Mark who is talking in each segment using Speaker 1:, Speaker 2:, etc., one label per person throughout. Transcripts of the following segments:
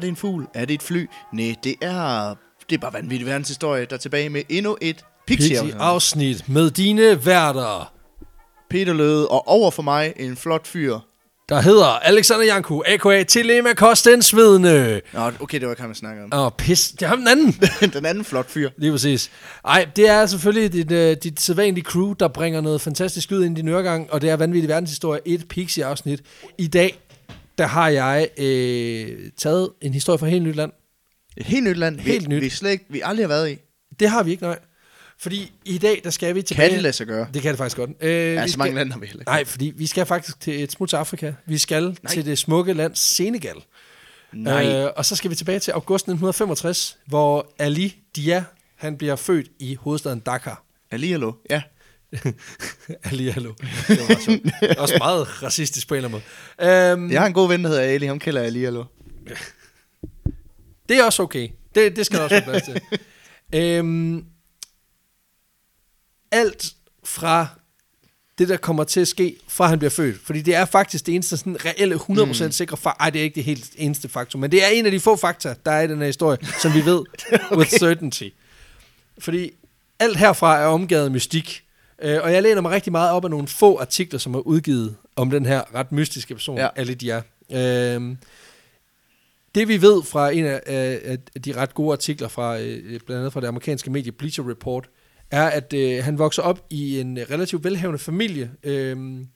Speaker 1: det en fugl? Er det et fly? Nej, det er, det er bare vanvittig verdenshistorie, der er tilbage med endnu et Pixie-afsnit.
Speaker 2: Pixie-afsnit med dine værter,
Speaker 1: Peter Løde, og over for mig en flot fyr.
Speaker 2: der hedder Alexander Janku, a.k.a. Telema Kosten Svedende.
Speaker 1: Nå, okay, det var ikke ham, jeg snakkede om.
Speaker 2: Åh, oh, pis. Det er ham den anden.
Speaker 1: Den anden flot fyr.
Speaker 2: Lige præcis. Ej, det er selvfølgelig dit, øh, dit sædvanlige crew, der bringer noget fantastisk ud ind i din øregang, og det er vanvittig verdenshistorie, et Pixie-afsnit. I dag, der har jeg øh, taget en historie fra et helt nyt land.
Speaker 1: Et helt nyt land.
Speaker 2: Helt
Speaker 1: vi,
Speaker 2: nyt.
Speaker 1: Vi, slet ikke, vi aldrig har været i.
Speaker 2: Det har vi ikke, nej. Fordi i dag, der skal vi tilbage...
Speaker 1: Kan det lade sig gøre?
Speaker 2: Det kan det faktisk godt. Øh,
Speaker 1: Ja,
Speaker 2: vi
Speaker 1: så mange
Speaker 2: skal-
Speaker 1: lande har vi heller ikke.
Speaker 2: Nej, fordi vi skal faktisk til et smut til Afrika. Vi skal Nej. til det smukke land Senegal.
Speaker 1: Nej.
Speaker 2: Øh, og så skal vi tilbage til august 1965, hvor Ali Dia, han bliver født i hovedstaden Dakar.
Speaker 1: Ali, hallo. Ja.
Speaker 2: Ali, hallo. Det var meget sjovt. Også meget racistisk på en eller anden måde. Øhm,
Speaker 1: Jeg har en god ven, der hedder Ali. Ham kalder jeg Ali, hallo.
Speaker 2: Det er også okay. Det, det skal der også være plads til. Øhm, alt fra det, der kommer til at ske, fra han bliver født. Fordi det er faktisk det eneste sådan reelle 100% sikre faktum. Ej, det er ikke det helt eneste faktum, men det er en af de få fakta, der er i den her historie, som vi ved okay. with certainty. Fordi alt herfra er omgivet af mystik. Øh, og jeg læner mig rigtig meget op af nogle få artikler, som er udgivet om den her ret mystiske person, ja.
Speaker 1: Ja.
Speaker 2: alle de er. Øh, det vi ved fra en af, øh, af de ret gode artikler fra øh, blandt andet fra det amerikanske medie Bleacher Report, er, at øh, han vokser op i en øh, relativt velhavende familie. Øhm, mm.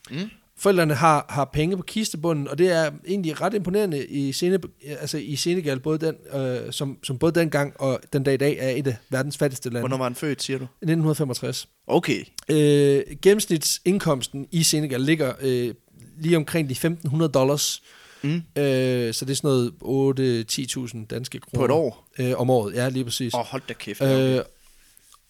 Speaker 2: Forældrene har, har penge på kistebunden, og det er egentlig ret imponerende i, Sene, altså i Senegal, både den, øh, som, som både dengang og den dag i dag er et af verdens fattigste lande.
Speaker 1: Hvornår var han født, siger du?
Speaker 2: 1965.
Speaker 1: Okay.
Speaker 2: Øh, gennemsnitsindkomsten i Senegal ligger øh, lige omkring de 1.500 dollars.
Speaker 1: Mm.
Speaker 2: Øh, så det er sådan noget 8-10.000 danske kroner.
Speaker 1: På et år?
Speaker 2: Øh, om året, ja, lige præcis.
Speaker 1: Åh, oh, hold da kæft.
Speaker 2: Øh,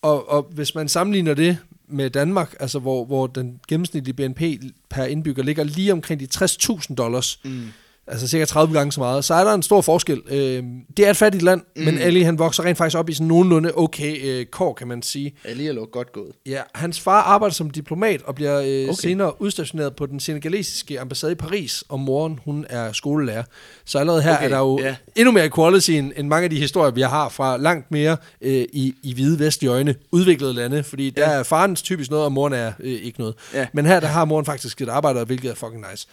Speaker 2: og, og hvis man sammenligner det med Danmark, altså hvor, hvor den gennemsnitlige BNP per indbygger ligger lige omkring de 60.000 dollars, mm. altså cirka 30 gange så meget, så er der en stor forskel. Øh, det er et fattigt land, mm. men Ali han vokser rent faktisk op i sådan nogenlunde okay øh, kår, kan man sige.
Speaker 1: Ali, hallo. Godt gået.
Speaker 2: Ja, hans far arbejder som diplomat og bliver øh, okay.
Speaker 1: Okay.
Speaker 2: senere udstationeret på den senegalesiske ambassade i Paris, og moren hun er skolelærer. Så allerede her okay,
Speaker 1: Okay,
Speaker 2: er der jo yeah.
Speaker 1: ja.
Speaker 2: endnu mere quality end, end mange af de historier, vi har fra langt mere øh, i, i hvide vestlige øjne udviklede lande, fordi der er farens typisk noget, og moren er øh, ikke noget.
Speaker 1: Ja.
Speaker 2: Men her der har moren faktisk et arbejde, hvilket er fucking nice.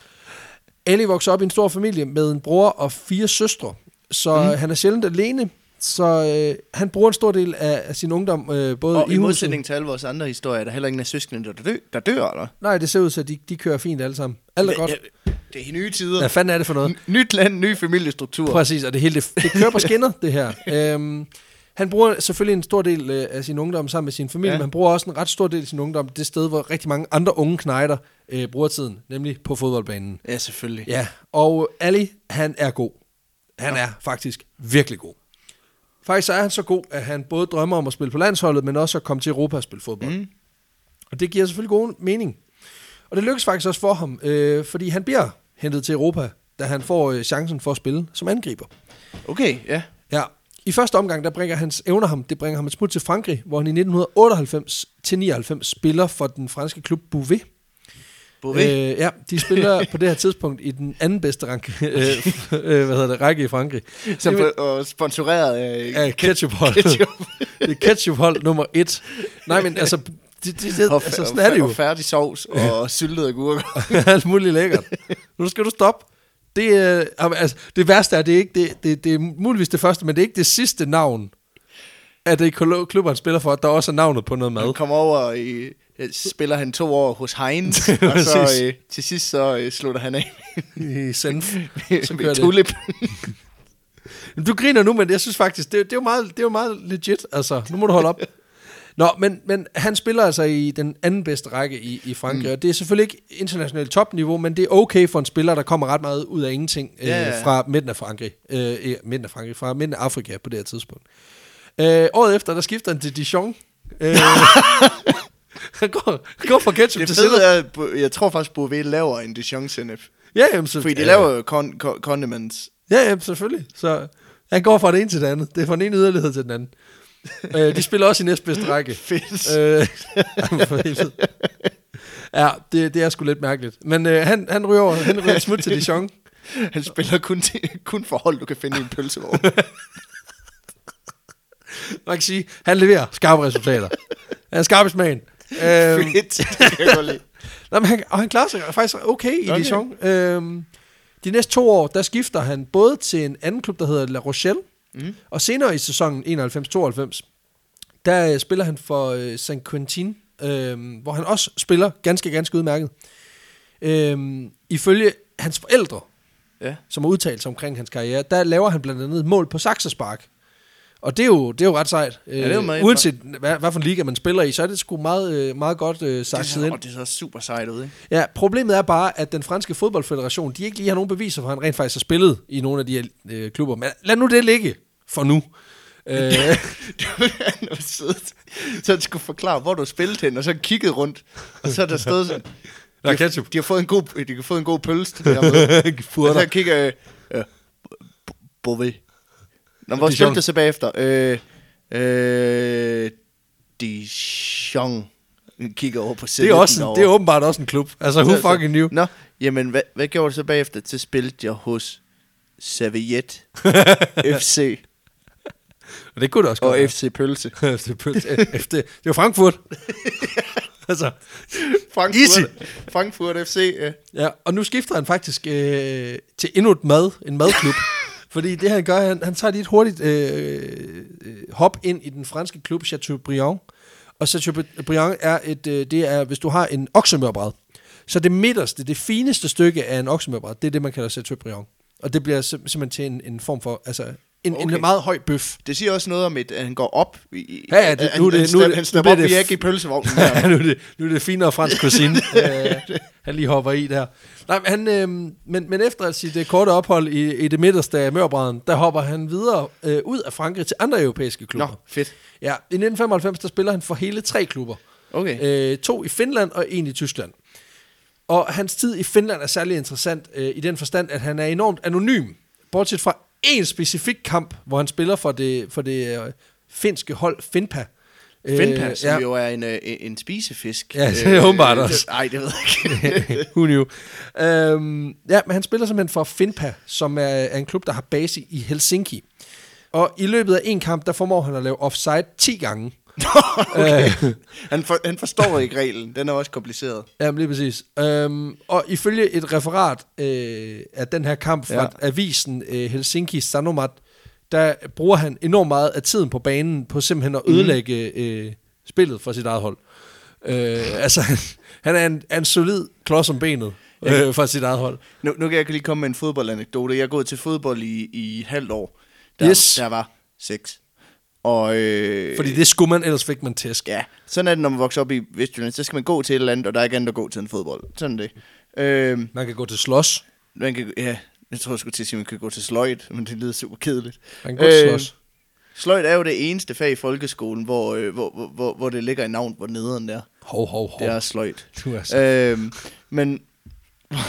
Speaker 2: Ali vokser op i en stor familie med en bror og fire søstre, så
Speaker 1: Mhm.
Speaker 2: mm. han er sjældent alene. Så øh, han bruger en stor del af, af sin ungdom øh, både
Speaker 1: Og
Speaker 2: i
Speaker 1: i
Speaker 2: huset...
Speaker 1: modsætning til alle vores andre historier, er der heller ingen af søskende, der, dø, der dør, eller?
Speaker 2: Nej, det ser ud til, at de, de kører fint alle sammen. Alt er godt.
Speaker 1: Ja, Det er nye tider.
Speaker 2: Hvad fanden er det for noget?
Speaker 1: N- Nyt land, ny familiestruktur.
Speaker 2: Præcis, og det hele, det, det kører på skinner, det her. Øhm, han bruger selvfølgelig en stor del øh, af sin ungdom sammen med sin familie, ja.
Speaker 1: Ja.
Speaker 2: men han bruger også en ret stor del af sin ungdom det sted, hvor rigtig mange andre unge knejder øh, bruger tiden, nemlig på fodboldbanen.
Speaker 1: Ja, selvfølgelig.
Speaker 2: Ja, og Ali, han er god. Han er faktisk virkelig god. Faktisk så er han så god, at han både drømmer om at spille på landsholdet, men også at komme til Europa og spille fodbold. Mm. Og det giver selvfølgelig god mening. Og det lykkes faktisk også for ham, øh, fordi han bliver hentet til Europa, da han får øh, chancen for at spille som angriber.
Speaker 1: Okay, ja.
Speaker 2: Ja. I første omgang, der bringer hans evner ham, det bringer ham et smut til Frankrig, hvor han i 1998 til 99 spiller for den franske klub Beauvais.
Speaker 1: Bové. Øh,
Speaker 2: Øh, ja, de spiller på det her tidspunkt i den anden bedste rank, øh, øh, hvad hedder det, række i Frankrig.
Speaker 1: som
Speaker 2: Det
Speaker 1: blev og sponsoreret af...
Speaker 2: er øh, ketchuphold. Ketchup. det er ketchuphold nummer et. Nej, men altså, det, det, det,
Speaker 1: og,
Speaker 2: altså sådan er det jo.
Speaker 1: Og færdig sovs og syltede agurker.
Speaker 2: Alt muligt lækkert. Nu skal du stoppe. Det, øh, jamen, altså, det værste er, det er ikke det, det, det er muligvis det første, men det er ikke det sidste navn, at det er klubber, han spiller for, at der også er navnet på noget mad.
Speaker 1: Han kom over i øh, spiller han to år hos Heinz, og så
Speaker 2: Præcis.
Speaker 1: øh, til sidst så øh, slutter han af
Speaker 2: I Senf. Så kører
Speaker 1: med
Speaker 2: det.
Speaker 1: tulip.
Speaker 2: Jamen, Du griner nu, men jeg synes faktisk, det, det, er, jo meget, det er jo meget legit. Altså, nu må du holde op. Nå, men, men han spiller altså i den anden bedste række i, i Frankrig, mm. og det er selvfølgelig ikke internationalt topniveau, men det er okay for en spiller, der kommer ret meget ud af ingenting øh,
Speaker 1: Ja, ja.
Speaker 2: fra midten af Frankrig, øh, eh, midten af Frankrig, fra midten af Afrika på det her tidspunkt. Øh, året efter, der skifter han til Dijon. Øh, han, går, han går fra ketchup
Speaker 1: Det
Speaker 2: til
Speaker 1: fede
Speaker 2: sennep.
Speaker 1: er, at Bo- jeg tror faktisk, Bové laver en Dijon sennep.
Speaker 2: Ja, jamen, så,
Speaker 1: Fordi de
Speaker 2: ja.
Speaker 1: laver jo con- con- condiments.
Speaker 2: Ja, ja, selvfølgelig. Så han går fra det ene til det andet. Det er fra den ene yderlighed til den anden. øh, de spiller også i næstbedste række.
Speaker 1: Fedt.
Speaker 2: Øh, for helvede. ja, det, det er sgu lidt mærkeligt. Men øh, han, han ryger over, han ryger smut til Dijon.
Speaker 1: Han spiller kun, til, kun for hold, du kan finde i en pølsevogn.
Speaker 2: Man kan sige, han leverer skarpe resultater. Han er skarp i smagen. Øhm,
Speaker 1: Fedt. Det kan jeg godt lide.
Speaker 2: nej, men han, og han klarer sig faktisk okay i
Speaker 1: Okay.
Speaker 2: Dijon. Øhm, de næste to år, der skifter han både til en anden klub, der hedder La Rochelle,
Speaker 1: Mm.
Speaker 2: og senere i sæsonen 91-92, der øh, spiller han for øh, San Quentin, øh, hvor han også spiller ganske, ganske udmærket. Øh, ifølge hans forældre,
Speaker 1: Ja.
Speaker 2: som har udtalt sig omkring hans karriere, der laver han blandt andet et mål på saksespark. Og det er jo, det er jo ret sejt.
Speaker 1: det er jo meget
Speaker 2: øh, uanset hvad, hvad for en liga man spiller i, så er det sgu meget, øh, meget godt øh,
Speaker 1: Det
Speaker 2: sakset
Speaker 1: ser,
Speaker 2: ind.
Speaker 1: og det ser super sejt ud, ikke?
Speaker 2: Ja, problemet er bare, at den franske fodboldfederation, de ikke lige har nogen beviser for, at han rent faktisk har spillet i nogle af de her øh, klubber. Men lad nu det ligge for nu. Øh,
Speaker 1: Det var noget sødt. Så han skulle forklare, hvor du spillede hen, og så kiggede rundt. Og så er der stået sådan...
Speaker 2: Der
Speaker 1: de
Speaker 2: er
Speaker 1: har-
Speaker 2: ketchup.
Speaker 1: De har fået en god, de har fået en god pølse til det her med. og så kigger jeg... Øh, Bove. Nå, hvor
Speaker 2: Dijon.
Speaker 1: spillede det så bagefter? Øh, øh, Dijon. Kigger over på
Speaker 2: det, er også en,
Speaker 1: servietten
Speaker 2: det er
Speaker 1: over.
Speaker 2: åbenbart også en klub. Altså, who fucking knew?
Speaker 1: Nå, jamen, hvad, hvad gjorde du så bagefter? Til spillede jeg hos Serviette FC
Speaker 2: Og det kunne det også
Speaker 1: og
Speaker 2: godt være.
Speaker 1: FC Pølse.
Speaker 2: Det er pøls- F- det det var Frankfurt. altså,
Speaker 1: Frankfurt,
Speaker 2: Easy.
Speaker 1: Frankfurt FC. Øh.
Speaker 2: ja, og nu skifter han faktisk øh, til endnu et mad, en madklub. Fordi det han gør, han, han tager lige et hurtigt øh, øh, hop ind i den franske klub Chateaubriand. Og Chateaubriand er et, øh, det er, hvis du har en oksemørbræd, så det midterste, det fineste stykke af en oksemørbræd, det er det, man kalder Chateaubriand. Og det bliver sim- simpelthen til en, en form for, altså en, okay.
Speaker 1: Okay.
Speaker 2: en meget høj bøf.
Speaker 1: Det siger også noget om, et, at han går op. I,
Speaker 2: Ja, ja, det-
Speaker 1: at han,
Speaker 2: nu er det-
Speaker 1: han,
Speaker 2: nu er
Speaker 1: snap-
Speaker 2: det-
Speaker 1: han
Speaker 2: nu
Speaker 1: snapper
Speaker 2: bliver
Speaker 1: op,
Speaker 2: det
Speaker 1: vi er
Speaker 2: f-
Speaker 1: ikke i pølsevognen. her.
Speaker 2: nu, er det, nu er det finere fransk cuisine. øh, han lige hopper i der. Nej, men, han, øh, men, men efter sit øh, korte ophold i, i det midterste af Mørbræden, der hopper han videre øh, ud af Frankrig til andre europæiske klubber.
Speaker 1: Nå,
Speaker 2: No.
Speaker 1: fedt.
Speaker 2: Ja, i 1995 der spiller han for hele tre klubber.
Speaker 1: Okay.
Speaker 2: Øh, to i Finland og en i Tyskland. Og hans tid i Finland er særlig interessant øh, i den forstand, at han er enormt anonym. Bortset fra en specifik kamp, hvor han spiller for det, for det øh, finske hold Finpa. Øh,
Speaker 1: Finpa, som jo er en, øh, en spisefisk.
Speaker 2: Ja, det er åbenbart også.
Speaker 1: Nej, det ved jeg ikke.
Speaker 2: Who knew? Øhm, ja, men han spiller simpelthen for Finpa, som er, er en klub, der har base i Helsinki. Og i løbet af en kamp, der formår han at lave offside 10 gange. okay. øh,
Speaker 1: Han, for, han forstår ikke reglen. Den er også kompliceret.
Speaker 2: jamen, lige præcis. Øhm, og ifølge et referat øh, af den her kamp fra
Speaker 1: Ja.
Speaker 2: ja. avisen øh, Helsinki Sanomat, der bruger han enormt meget af tiden på banen på simpelthen at ødelægge øh, spillet for sit eget hold. Øh, altså, han er en, er en solid klods om benet øh, for sit eget hold.
Speaker 1: Nu, nu kan jeg lige komme med en fodboldanekdote. Jeg er gået til fodbold i, i et halvt år. Der,
Speaker 2: Yes.
Speaker 1: der var seks. Og, øh,
Speaker 2: Fordi det skulle man, ellers fik man tæsk.
Speaker 1: Ja, sådan er det, når man vokser op i Vestjylland. Så skal man gå til et eller andet, og der er ikke andet at gå til end fodbold. Sådan er det. Øhm,
Speaker 2: Man kan gå til slås.
Speaker 1: man kan, ja, jeg tror, jeg skulle til at sige, at man kan gå til sløjt, men det lyder super kedeligt.
Speaker 2: Man kan gå til
Speaker 1: Øh,
Speaker 2: slås.
Speaker 1: Sløjt er jo det eneste fag i folkeskolen, hvor, øh, hvor, hvor, hvor, hvor det ligger i navn, hvor nederen der.
Speaker 2: Hov, hov, hov.
Speaker 1: Det er sløjt.
Speaker 2: Du er så...
Speaker 1: Øhm, men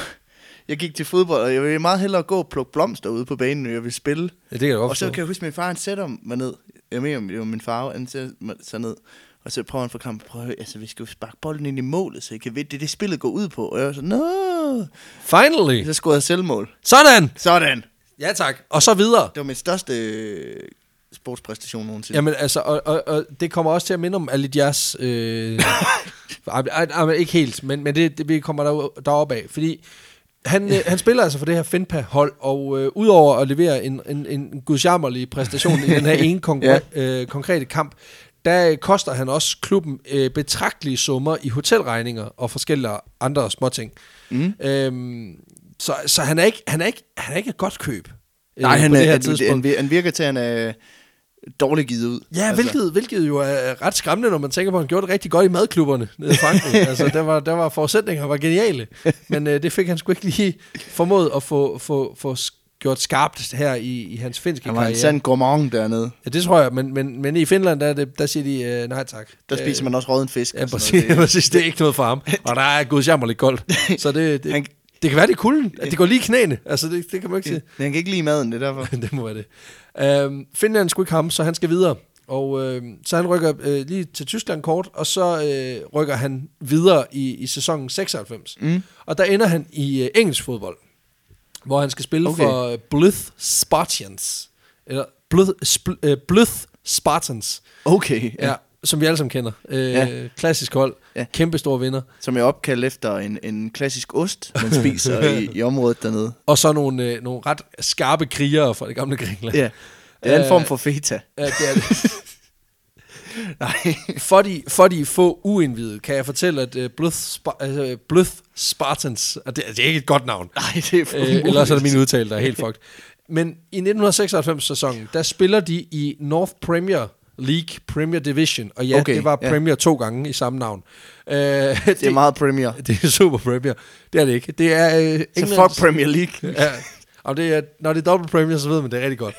Speaker 1: jeg gik til fodbold, og jeg ville meget hellere gå og plukke blomster ude på banen, når jeg ville spille.
Speaker 2: ja, det kan jeg godt
Speaker 1: Og så
Speaker 2: forstå.
Speaker 1: kan jeg huske, at min far han sætter mig ned. Jeg mener, det var min far, han sætter mig så ned. Og så prøver han for kampen, prøv at høre, altså vi skal jo sparke bolden ind i målet, så I kan vinde. Det er det, spillet går ud på. Og jeg var sådan, nå.
Speaker 2: Finally!
Speaker 1: Så scorede jeg selvmål.
Speaker 2: Sådan!
Speaker 1: Sådan.
Speaker 2: Ja tak. Og så videre.
Speaker 1: Det var min største øh, sportspræstation nogensinde.
Speaker 2: Jamen altså, og, og, og det kommer også til at minde om Alidias... Øh... ej, ej, ej, men ikke helt, men, men det, det vi kommer der, derop af. Fordi han, øh, han spiller altså for det her Finpa-hold, og øh, udover at levere en, en, en gudsjammerlig præstation i den her ene konkur- øh, konkrete kamp, der øh, koster han også klubben øh, betragtelige summer i hotelregninger og forskellige andre småting. Mm. Øhm, så, så han er ikke han er ikke han er ikke et godt køb. øh,
Speaker 1: Nej, han,
Speaker 2: på det
Speaker 1: er,
Speaker 2: her
Speaker 1: han,
Speaker 2: tidspunkt.
Speaker 1: han, vir- han virker til, at han er dårligt givet ud.
Speaker 2: Ja, altså. hvilket, hvilket jo er ret skræmmende, når man tænker på, at han gjorde det rigtig godt i madklubberne nede i Frankrig. altså, der var, der var forudsætninger, var geniale. Men øh, det fik han sgu ikke lige formået at få, få, få sk- gjort skarpt her i, i hans finske
Speaker 1: Han var en
Speaker 2: karriere.
Speaker 1: sand gourmand dernede.
Speaker 2: Ja, det tror jeg, men, men, men i Finland, der, er det, der siger de øh, nej tak.
Speaker 1: Der spiser man også råden fisk.
Speaker 2: Ja,
Speaker 1: og sådan
Speaker 2: præcis,
Speaker 1: noget.
Speaker 2: præcis. Det er ikke noget for ham. Og der er gudsjammerligt koldt. Så det, det,
Speaker 1: Han-
Speaker 2: det kan være, det er kulden. At det går lige i knæene. Altså, det, det kan man ikke sige.
Speaker 1: Det, han kan ikke lide maden, det er derfor.
Speaker 2: det må være det. Øhm, Finland skulle ikke ham, så han skal videre. Og øh, så han rykker øh, lige til Tyskland kort, og så øh, rykker han videre i, i sæsonen 96. Mm. Og der ender han i øh, engelsk fodbold. hvor han skal spille
Speaker 1: Okay.
Speaker 2: okay. for øh, Blyth Spartans. Eller Blyth, Spl- øh, Blyth Spartans,
Speaker 1: Okay,
Speaker 2: ja. Ja, som vi alle sammen kender. Øh,
Speaker 1: Ja.
Speaker 2: ja. Klassisk hold,
Speaker 1: Ja.
Speaker 2: ja. kæmpe store vinder.
Speaker 1: Som er opkaldt efter en, en klassisk ost, man spiser i, i området dernede.
Speaker 2: Og så nogle, øh, nogle ret skarpe krigere fra det gamle Grækenland.
Speaker 1: Ja. Det er en
Speaker 2: Øh,
Speaker 1: form for feta.
Speaker 2: Ja, det er det.
Speaker 1: Nej.
Speaker 2: For de, for de få uindvidede kan jeg fortælle, at øh, Blyth, Spa- altså, Blyth Spartans, og det, det er ikke et godt navn,
Speaker 1: Nej, det er for
Speaker 2: øh, ellers er det min udtale, der er helt fucked. Men i 1996-sæsonen, der spiller de i North Premier League, Premier Division, og ja,
Speaker 1: Okay,
Speaker 2: okay, det var
Speaker 1: ja.
Speaker 2: Premier to gange i samme navn. Øh, det,
Speaker 1: Det er meget Premier.
Speaker 2: Det er super Premier. Det er det ikke. Det er øh,
Speaker 1: Så
Speaker 2: Englands-
Speaker 1: fuck Premier League.
Speaker 2: ja. Og det er, når det er dobbelt Premier, så ved man, det er rigtig godt.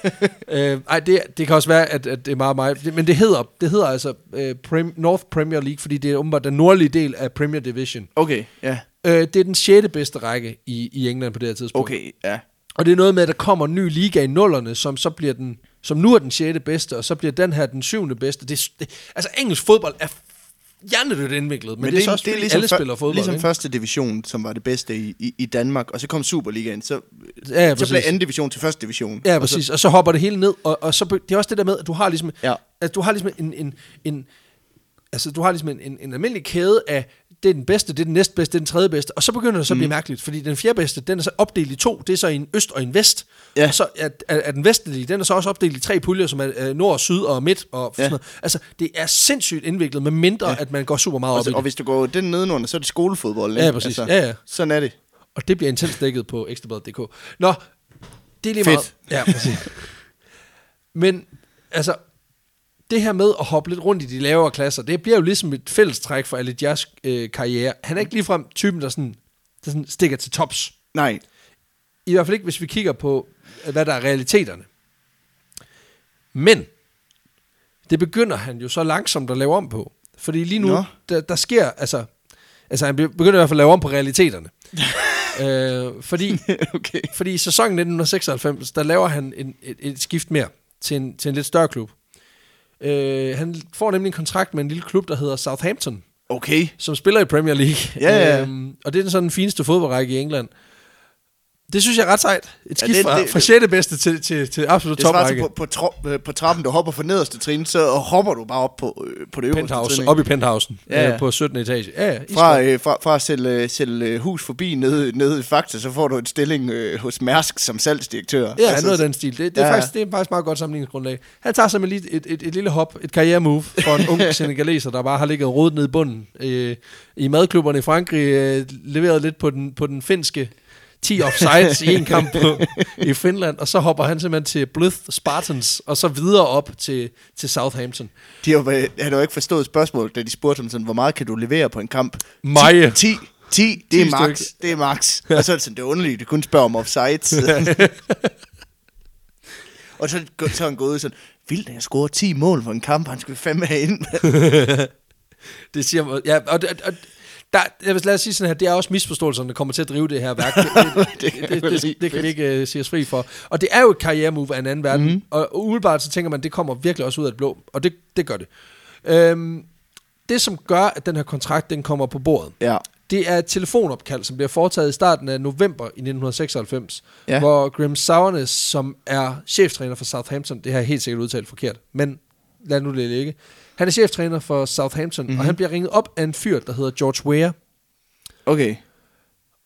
Speaker 2: øh, ej, det, det kan også være, at, at det er meget, meget... Men det hedder, det hedder altså øh, Prem, North Premier League, fordi det er åbenbart den nordlige del af Premier Division.
Speaker 1: Okay, ja.
Speaker 2: Øh, det er den sjette bedste række i, i England på det her tidspunkt.
Speaker 1: Okay, ja.
Speaker 2: Og det er noget med, at der kommer en ny liga i nullerne, som så bliver den, som nu er den sjette bedste, og så bliver den her den syvende bedste. Det, er- det, altså engelsk fodbold er f- hjernedødt indviklet, men, men det, er så også, det er ligesom alle
Speaker 1: før-
Speaker 2: spiller fodbold.
Speaker 1: Ligesom
Speaker 2: ikke?
Speaker 1: første division, som var det bedste i, i, i Danmark, og så kom Superligaen, så,
Speaker 2: Ja, ja,
Speaker 1: så blev
Speaker 2: præcis.
Speaker 1: anden division til første division.
Speaker 2: Ja, præcis. Og så hopper det hele ned, og, og så, be- det er også det der med, at du har ligesom,
Speaker 1: Ja.
Speaker 2: ja. at du har ligesom en, en, en altså du har ligesom en, en, en almindelig kæde af, det er den bedste, det er den næstbedste, det er den tredje bedste, og så begynder det så at blive mærkeligt, fordi den fjerde bedste, den er så opdelt i to, det er så en øst og en vest,
Speaker 1: Ja.
Speaker 2: og så er, er, er den vestlige, den er så også opdelt i tre puljer, som er øh, nord, syd og midt, og sådan
Speaker 1: Ja.
Speaker 2: ja. noget. altså det er sindssygt indviklet, med mindre ja. at man går super meget
Speaker 1: Og,
Speaker 2: op i
Speaker 1: så,
Speaker 2: det.
Speaker 1: og hvis du går den nedenunder, så er det skolefodbold. Altså,
Speaker 2: Ja, præcis. Ja, ja.
Speaker 1: Sådan er det.
Speaker 2: Og det bliver intens dækket på ekstrabladet.dk. Nå, det er lige
Speaker 1: Fedt.
Speaker 2: meget. Ja, præcis. Men altså, det her med at hoppe lidt rundt i de lavere klasser, det bliver jo ligesom et fællestræk for alle jeres øh, karriere. Han er ikke ligefrem typen, der sådan, der sådan stikker til tops.
Speaker 1: Nej,
Speaker 2: I hvert fald ikke, hvis vi kigger på, hvad der er realiteterne. Men, det begynder han jo så langsomt at lave om på. Fordi lige nu,
Speaker 1: Nå.
Speaker 2: der, der sker, altså, altså han be- begynder i hvert fald at lave om på realiteterne. øh, fordi,
Speaker 1: okay.
Speaker 2: fordi i sæsonen 1996, der laver han en, et, et skift mere til en, til en lidt større klub. Øh, han får nemlig en kontrakt med en lille klub, der hedder Southampton
Speaker 1: Okay.
Speaker 2: som spiller i Premier League.
Speaker 1: Ja, ja, ja.
Speaker 2: Øhm, og det er den sådan den fineste fodboldrække i England. Det synes jeg er ret sejt. Et
Speaker 1: Ja,
Speaker 2: skift
Speaker 1: det-
Speaker 2: ja,
Speaker 1: det-
Speaker 2: fra, fra 6. bedste til, til, til absolut
Speaker 1: Det svarer til
Speaker 2: toprække.
Speaker 1: på, på, tro, øh, på trappen, du hopper fra nederste trin, så hopper du bare op på, øh, på det øverste trin.
Speaker 2: Penthouse,
Speaker 1: ikke?
Speaker 2: op i penthousen
Speaker 1: Ja,
Speaker 2: ja,
Speaker 1: ja.
Speaker 2: ja. på 17. etage. Ja, ja,
Speaker 1: Fra,
Speaker 2: iskoldt.
Speaker 1: øh, fra, fra at sælge, sælge øh, hus forbi nede, nede i Fakta, så får du en stilling øh, hos Mærsk som salgsdirektør. Altså,
Speaker 2: ja, noget af den stil. Det, det, er
Speaker 1: Ja, ja.
Speaker 2: faktisk, det er faktisk meget godt sammenligningsgrundlag. Han tager simpelthen lige et, et, et lille hop, et karrieremove for en ung senegaleser, der bare har ligget og rodet ned i bunden øh, i madklubberne i Frankrig, øh, leveret lidt på den, på den finske 10 offsides i en kamp på, i Finland, og så hopper han simpelthen til Blyth Spartans, og så videre op til, til Southampton.
Speaker 1: De har, jo været- han har jo ikke forstået spørgsmålet, da de spurgte ham sådan, hvor meget kan du levere på en kamp?
Speaker 2: Maje.
Speaker 1: 10. 10, det er
Speaker 2: 10
Speaker 1: max,
Speaker 2: styks.
Speaker 1: det er max. Og så er det sådan, det er underligt, du kun spørger om offsides. og så, gå- så er han gået ud sådan, vildt, at jeg scorer 10 mål for en kamp, han skulle fandme have ind.
Speaker 2: Det siger mig, ja, og, og, og der, jeg vil lad os sige sådan her, det er også misforståelserne, der kommer til at drive det her værk. Det,
Speaker 1: Det
Speaker 2: det,
Speaker 1: kan jeg
Speaker 2: det,
Speaker 1: vel
Speaker 2: det,
Speaker 1: lige
Speaker 2: det, det kan vi ikke uh, sige os fri for. Og det er jo et karrieremove af en anden verden, mm. og, og umiddelbart så tænker man, det kommer virkelig også ud af det blå, og det, det gør det. Øhm, det, som gør, at den her kontrakt, den kommer på bordet,
Speaker 1: ja.
Speaker 2: det er et telefonopkald, som bliver foretaget i starten af november i 1996,
Speaker 1: Ja.
Speaker 2: ja. hvor Graham Souness, som er cheftræner for Southampton, det har jeg helt sikkert udtalt forkert, men lad nu det ligge. Han er cheftræner for Southampton, mm-hmm. og han bliver ringet op af en fyr, der hedder George Weah.
Speaker 1: Okay.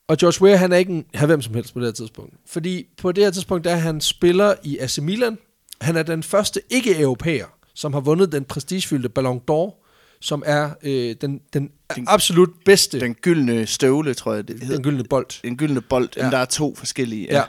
Speaker 2: Og George Weah, han er ikke en, han er hvem som helst på det her tidspunkt. Fordi på det her tidspunkt, der er han spiller i AC Milan. Han er den første ikke-europæer, som har vundet den prestigefyldte Ballon d'Or, som er øh, den, den,
Speaker 1: Den-
Speaker 2: den absolut bedste, den,
Speaker 1: Den gyldne støvle, tror jeg, det hedder.
Speaker 2: den gyldne bold.
Speaker 1: en gyldne bold, ja.
Speaker 2: Ja.
Speaker 1: men der er to forskellige.
Speaker 2: Ja.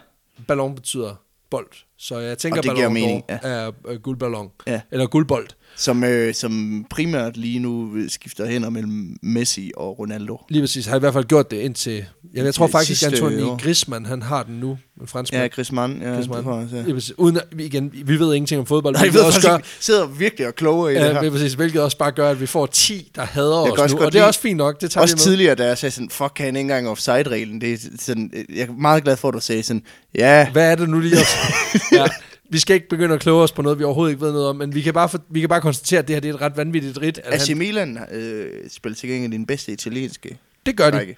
Speaker 2: Ballon betyder bold. Så jeg tænker,
Speaker 1: Og det giver
Speaker 2: Ballon
Speaker 1: mening,
Speaker 2: d'Or
Speaker 1: ja.
Speaker 2: ja. er øh, guldballon.
Speaker 1: Ja.
Speaker 2: Eller guldbold.
Speaker 1: Som, øh, som primært lige nu øh, skifter hænder mellem Messi og Ronaldo.
Speaker 2: Lige præcis. Har i hvert fald gjort det indtil... Jeg, jeg tror
Speaker 1: Det
Speaker 2: faktisk,
Speaker 1: sidste
Speaker 2: at
Speaker 1: år.
Speaker 2: Antoine Griezmann, han har den nu. En franskmand.
Speaker 1: Ja, Griezmann. Ja,
Speaker 2: Griezmann.
Speaker 1: Det tror jeg, ja.
Speaker 2: Lige præcis. Uden, at- igen, vi ved ingenting om fodbold.
Speaker 1: Nej, jeg
Speaker 2: hvilket
Speaker 1: ved
Speaker 2: også
Speaker 1: faktisk
Speaker 2: gør,
Speaker 1: ikke, sidder virkelig og kloge i det
Speaker 2: Ja,
Speaker 1: her.
Speaker 2: det præcis, hvilket også bare gør, at vi får 10, der hader
Speaker 1: kan
Speaker 2: os
Speaker 1: også
Speaker 2: nu.
Speaker 1: godt
Speaker 2: Og det er
Speaker 1: lide-
Speaker 2: også fint nok, det tager
Speaker 1: Også
Speaker 2: vi med.
Speaker 1: tidligere, da jeg sagde sådan, fuck, kan han ikke engang offside-reglen? Det er sådan, øh, jeg er meget glad for, at du sagde sådan, ja,
Speaker 2: Hvad er det nu lige? at- ja, vi skal ikke begynde at kloge os på noget, vi overhovedet ikke ved noget om, men vi kan bare, for, vi kan bare konstatere, at det her det er et ret vanvittigt rit. At
Speaker 1: AC
Speaker 2: han,
Speaker 1: Milan øh, spiller til gengæld den bedste italienske
Speaker 2: det gør de.
Speaker 1: række.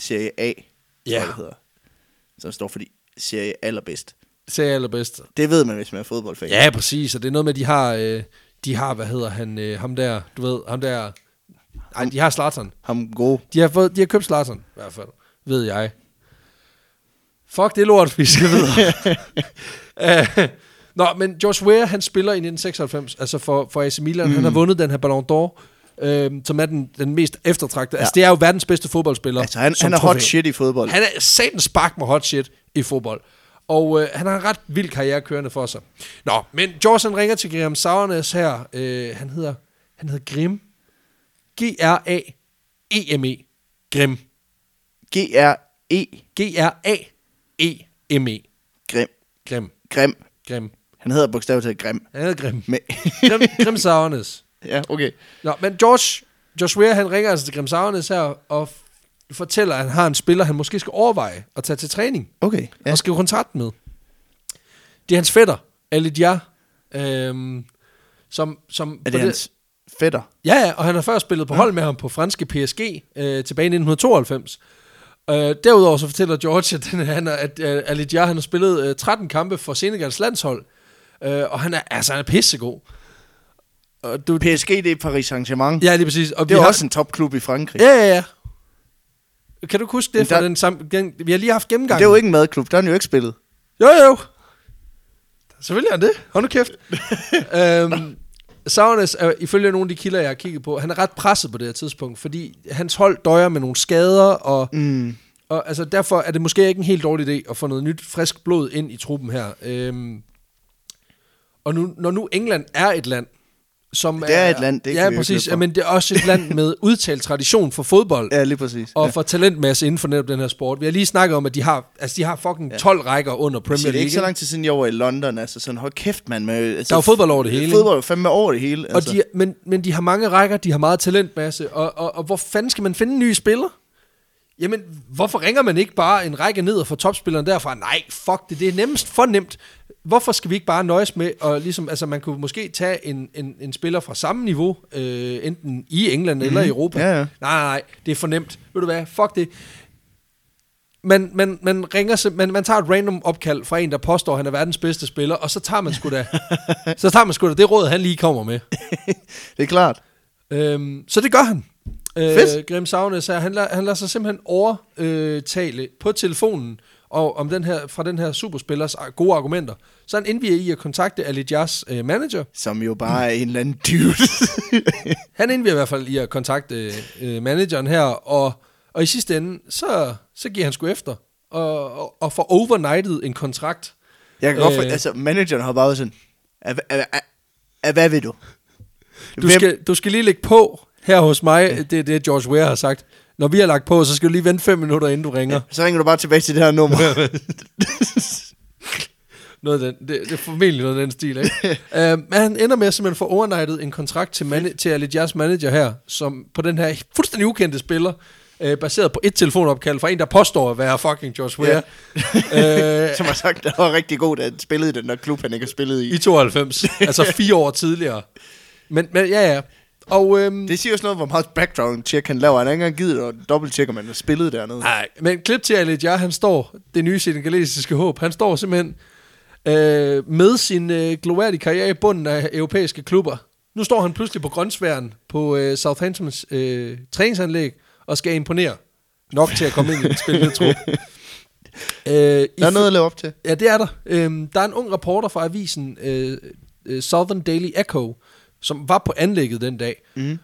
Speaker 1: Serie A, tror
Speaker 2: Ja.
Speaker 1: jeg, det hedder. Som står for de serie allerbedst.
Speaker 2: Serie allerbedst.
Speaker 1: Det ved man, hvis man er fodboldfan.
Speaker 2: Ja, præcis. Og det er noget med, at de har, øh, de har hvad hedder han, øh, ham der, du ved, ham der. Nej, de har Zlatan.
Speaker 1: Ham god.
Speaker 2: De har, fået, de har købt Zlatan, i hvert fald, ved jeg. Fuck, det er lort, vi skal videre. Øh, Nå, men Josh Weir, han spiller i 1996, altså for, for AC Milan. Mm. Han har vundet den her Ballon d'Or, øh, som er den, den mest eftertragtede. Ja. Altså, det er jo verdens bedste fodboldspiller.
Speaker 1: Altså, han,
Speaker 2: som
Speaker 1: han er hot
Speaker 2: trofæ.
Speaker 1: shit i fodbold. Han...
Speaker 2: Han er satans spark med hot shit i fodbold. Og øh, han har en ret vild karriere kørende for sig. Nå, men George han ringer til Graham Sauernes her. Øh, han hedder han hedder Grim. G-R-A-E-M-E. Grim.
Speaker 1: G-R-E.
Speaker 2: E G-R-A-E-M-E.
Speaker 1: Grim.
Speaker 2: Grim.
Speaker 1: Grim.
Speaker 2: Grim.
Speaker 1: Han hedder bogstaveligt talt Grim.
Speaker 2: Han hedder Grim.
Speaker 1: Men...
Speaker 2: Grim, Grim Sauernes.
Speaker 1: ja, okay.
Speaker 2: Nå, men George, Josh Weir, han ringer altså til Grim Sauernes her og f- fortæller, at han har en spiller, han måske skal overveje at tage til træning.
Speaker 1: Okay.
Speaker 2: ja. og skrive kontrakt med. Det er hans fætter, Ali Dia, øhm, som, som
Speaker 1: Er det hans fætter?
Speaker 2: Ja, ja, og han har før spillet på hold med ham på franske PSG øh, tilbage i 1992. Øh, derudover så fortæller George, at, den, han er, at øh, Ali Dia, han har spillet øh, 13 kampe for Senegals landshold, øh, og han er, altså, han er pissegod. Og du,
Speaker 1: PSG, det er Paris Saint-Germain. Ja,
Speaker 2: ja, lige præcis. Og
Speaker 1: det
Speaker 2: vi
Speaker 1: er
Speaker 2: har-
Speaker 1: også en topklub i Frankrig.
Speaker 2: Ja, ja, ja. Kan du ikke huske
Speaker 1: Men
Speaker 2: det fra
Speaker 1: der-
Speaker 2: den samme... Den, vi har lige haft
Speaker 1: Men
Speaker 2: gennemgang.
Speaker 1: Det er jo ikke en madklub, der har han jo ikke spillet.
Speaker 2: Jo, jo. Selvfølgelig er han det. Hold nu kæft. øhm, Saunas er ifølge nogle af de kilder, jeg har kigget på, han er ret presset på det her tidspunkt, fordi hans hold døjer med nogle skader, og,
Speaker 1: Mm.
Speaker 2: og altså, derfor er det måske ikke en helt dårlig idé at få noget nyt, frisk blod ind i truppen her. Øhm, og nu, når nu England er et land, som
Speaker 1: Det er et land, det kan
Speaker 2: Ja,
Speaker 1: vi jo ikke
Speaker 2: præcis.
Speaker 1: løbe fra.
Speaker 2: Ja, men det er også et land med udtalt tradition for fodbold
Speaker 1: Ja, lige præcis.
Speaker 2: og
Speaker 1: ja.
Speaker 2: for talentmasse inden for netop den her sport. Vi har lige snakket om, at de har, altså de har fucking 12 rækker under Premier
Speaker 1: Så det
Speaker 2: League.
Speaker 1: er ikke så
Speaker 2: ikke?
Speaker 1: lang tid siden, jeg var i London. Altså sådan, hold kæft, mand. Med, altså,
Speaker 2: Der er jo fodbold over det hele, ikke?
Speaker 1: Fodbold er fandme over det hele. altså.
Speaker 2: Og de, men, men de har mange rækker, de har meget talentmasse, og, og, og hvor fanden skal man finde en ny spiller? Jamen, hvorfor ringer man ikke bare en række ned og får topspilleren derfra? Nej, fuck det, det er nemmest for nemt. Hvorfor skal vi ikke bare nøjes med, og ligesom, altså man kunne måske tage en, en, en spiller fra samme niveau, øh, enten i England eller i Europa.
Speaker 1: Mhm. ja, ja.
Speaker 2: Nej, nej, nej, det er for nemt. Ved du hvad, fuck det. Man, man, man, ringer, sim- man, man tager et random opkald fra en, der påstår, at han er verdens bedste spiller, og så tager man sgu da, så tager man sgu da det råd, han lige kommer med.
Speaker 1: Det er klart.
Speaker 2: Øhm, så det gør han. Øh,
Speaker 1: Fedt.
Speaker 2: Grim Savnes her, han, lader, han lader sig simpelthen overtale på telefonen og om den her, fra den her superspillers ar- gode argumenter. Så han indviger i at kontakte Ali Jazz øh, manager.
Speaker 1: Som jo bare er en eller anden dude.
Speaker 2: Han indviger i hvert fald i at kontakte øh, manageren her, og, og i sidste ende, så, så giver han sgu efter og, og, og får overnightet en kontrakt.
Speaker 1: jeg kan godt for,
Speaker 2: Øh.
Speaker 1: altså, manageren har bare været sådan, "Ah, hva- ah, ah, ah, hvad vil du?
Speaker 2: Du
Speaker 1: Hvem-
Speaker 2: skal, du skal lige lægge på her hos mig, det er det, George Ware har sagt. Når vi har lagt på, så skal du lige vente fem minutter, inden du ringer.
Speaker 1: Så ringer du bare tilbage til det her nummer.
Speaker 2: Noget af den, det, det er formentlig noget af den stil, ikke? uh, men han ender med at simpelthen få overnightet en kontrakt til, man, til Ali Jazz manager her, som på den her fuldstændig ukendte spiller, uh, baseret på et telefonopkald fra en, der påstår at være fucking George Weah, Øh, yeah.
Speaker 1: som har sagt, der var rigtig god, at han spillede i den der klub, han ikke har spillet i.
Speaker 2: i 92, altså fire år tidligere. Men, men ja, ja. Og, øhm,
Speaker 1: Det siger også noget, hvor meget background check han laver. Han har ikke engang givet at dobbelttjekke, om han har spillet dernede.
Speaker 2: Nej, men klip til Ali Jah, han står, det nye senegalesiske håb, han står simpelthen øh, med sin øh, gloværdige karriere i bunden af europæiske klubber. Nu står han pludselig på grøntsværen på øh, Southamptons øh, træningsanlæg og skal imponere nok til at komme ind i den spillende trup. Øh,
Speaker 1: Der er
Speaker 2: ifø-
Speaker 1: noget at leve op til.
Speaker 2: Ja, det er der. Øhm, der er en ung reporter fra avisen øh, øh, Southern Daily Echo, som var på anlægget den dag.
Speaker 1: Mhm.
Speaker 2: Mm.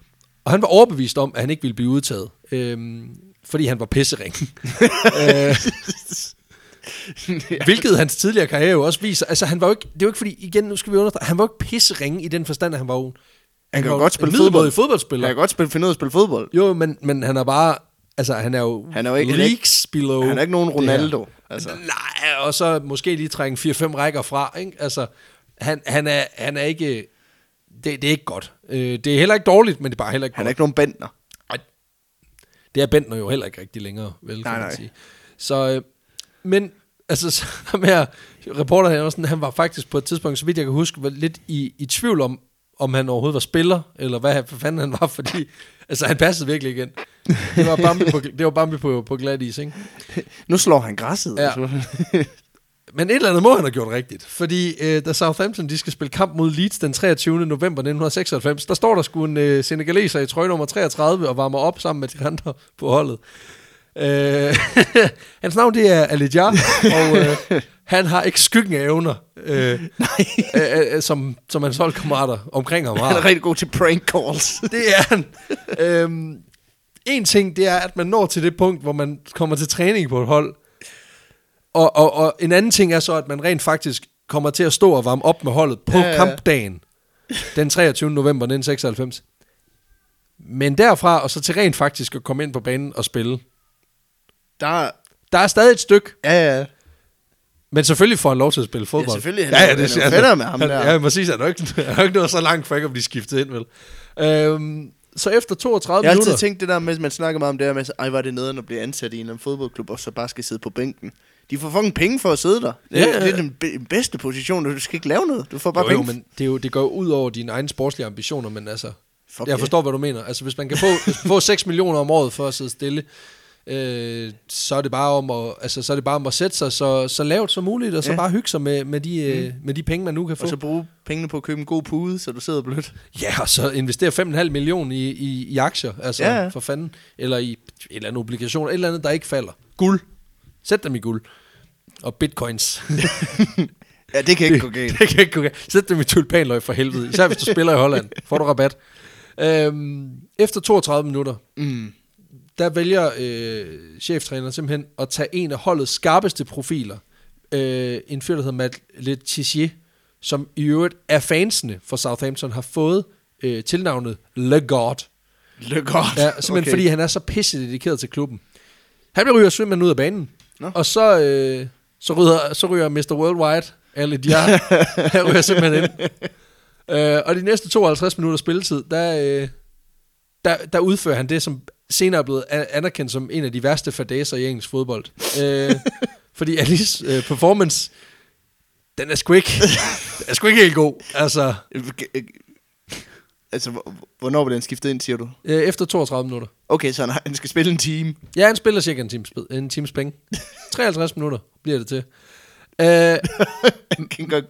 Speaker 2: Og han var overbevist om, at han ikke ville blive udtaget. Øhm, fordi han var pisseringen. øh, hvilket hans tidligere karriere jo også viser. Altså, han var jo ikke, det er jo ikke fordi, igen, nu skal vi understrege, han var jo ikke pisseringen i den forstand, at han var jo... Han,
Speaker 1: kan
Speaker 2: var
Speaker 1: jo
Speaker 2: jo
Speaker 1: godt spille
Speaker 2: en
Speaker 1: fodbold.
Speaker 2: middelmådig fodboldspiller.
Speaker 1: Han kan godt spille, finde ud af at spille fodbold.
Speaker 2: Jo, men, men han er bare... Altså, han er jo...
Speaker 1: Han er jo ikke- han er ikke-
Speaker 2: leagues below
Speaker 1: Han er ikke nogen
Speaker 2: det her.
Speaker 1: Ronaldo. Altså.
Speaker 2: Nej, og så måske lige trænge 4-5 rækker fra. Ikke? Altså, han, han, er, han er ikke... Det, det er ikke godt. Øh, det er heller ikke dårligt, men det er bare heller ikke
Speaker 1: Han er
Speaker 2: godt.
Speaker 1: ikke nogen bænder.
Speaker 2: Og det er Bentner jo heller ikke rigtig længere, vel, kan
Speaker 1: Nej,
Speaker 2: man
Speaker 1: nej.
Speaker 2: sige. Så, øh, men, altså, så, ham her, reporter han, også, sådan, han var faktisk på et tidspunkt, så vidt jeg kan huske, var lidt i, i tvivl om, om han overhovedet var spiller, eller hvad, hvad fanden han var, fordi, altså, han passede virkelig igen. Det var Bambi på, det var Bambi på, på glat is, ikke?
Speaker 1: Nu slår han græsset.
Speaker 2: Ja.
Speaker 1: altså.
Speaker 2: Men et eller andet må han have gjort rigtigt, fordi øh, da Southampton de skal spille kamp mod Leeds den 23. november 1996, der står der sgu en øh, senegaleser i trøje nummer 33 og varmer op sammen med de andre på holdet. Øh, hans navn det er Alijar, og øh, han har ikke skyggen af evner, øh, øh, øh, som, som hans holdkammerater omkring ham
Speaker 1: Han
Speaker 2: har.
Speaker 1: er rigtig god til prank calls.
Speaker 2: Det er han. øhm, en ting, det er, at man når til det punkt, hvor man kommer til træning på et hold. Og, og, og en anden ting er så, at man rent faktisk kommer til at stå og varme op med holdet på
Speaker 1: Ja,
Speaker 2: ja,
Speaker 1: ja.
Speaker 2: ja. kampdagen den 23. november 1996. Men derfra og så til rent faktisk at komme ind på banen og spille.
Speaker 1: Der er...
Speaker 2: Der er stadig et stykke,
Speaker 1: Ja, ja.
Speaker 2: men selvfølgelig får han lov til at spille fodbold.
Speaker 1: selvfølgelig, han er-
Speaker 2: Han, ja, ja,
Speaker 1: han er
Speaker 2: det siger han.
Speaker 1: federe med ham
Speaker 2: han,
Speaker 1: der.
Speaker 2: Ja, præcis. Han er jo ikke, han er jo ikke noget så langt fra ikke at blive skiftet ind, vel? Øhm, så efter 32
Speaker 1: Jeg har altid
Speaker 2: minutter...
Speaker 1: tænkt det der med, man snakker meget om det der med, at ej, var det nederen at blive ansat i en eller anden fodboldklub, og så bare skal sidde på bænken. De får fucking penge for at sidde der. Det,
Speaker 2: Ja,
Speaker 1: ja,
Speaker 2: ja,
Speaker 1: ja. det er
Speaker 2: ja.
Speaker 1: den be- bedste position, og du skal ikke lave noget. Du får bare
Speaker 2: Jo, jo,
Speaker 1: penge.
Speaker 2: men det, er jo, det går jo ud over dine egne sportslige ambitioner, men altså,
Speaker 1: Fuck
Speaker 2: okay. jeg
Speaker 1: ja.
Speaker 2: forstår, hvad du mener. Altså, hvis man kan få, hvis man får 6 millioner om året for at sidde stille, øh, så, er det bare om at, altså, så er det bare om at sætte sig så, så lavt som muligt, og så
Speaker 1: Ja. Mm.
Speaker 2: ja. bare hygge sig med, med, de, øh, med de penge, man nu kan få.
Speaker 1: Og så bruge pengene på at købe en god pude, så du sidder blødt.
Speaker 2: Ja, og så investere 5,5 millioner i, i, i aktier, altså
Speaker 1: Ja,
Speaker 2: ja,
Speaker 1: ja.
Speaker 2: ja. for fanden, eller i et eller andet obligation, et eller andet, der ikke falder. Guld. Sæt dem i guld. Og bitcoins.
Speaker 1: Ja, det kan ikke gå galt.
Speaker 2: det kan ikke gå galt. Sæt dem i tulpanløg for helvede, især hvis du spiller i Holland. Får du rabat. Øhm, efter 32 minutter,
Speaker 1: Mm.
Speaker 2: der vælger øh, cheftræneren simpelthen at tage en af holdets skarpeste profiler, øh, en fyr, der hedder Matt Letizier, som i øvrigt af fansene for Southampton har fået øh, tilnavnet Le God.
Speaker 1: Lykke godt.
Speaker 2: Ja, simpelthen okay. fordi han er så pisse dedikeret til klubben. Han bliver ryger simpelthen ud af banen.
Speaker 1: Nå.
Speaker 2: Nå. Og så, øh, så, ryger, så ryger Mr. Worldwide, alle de her, han ryger simpelthen ind. Øh, og de næste 52 minutter spilletid, der, øh, der, der udfører han det, som senere er blevet a- anerkendt som en af de værste fadæser i engelsk fodbold. Øh, fordi Alice øh, performance, den er sgu ikke, den er sgu ikke helt god. Altså,
Speaker 1: Altså, hvor- hvornår bliver den skiftet ind, siger du?
Speaker 2: øh, efter 32 minutter.
Speaker 1: Okay, så han, har- han skal spille en time.
Speaker 2: Ja, han spiller cirka en times, en times penge. 53 minutter bliver det til. Øh, det
Speaker 1: Han kan godt...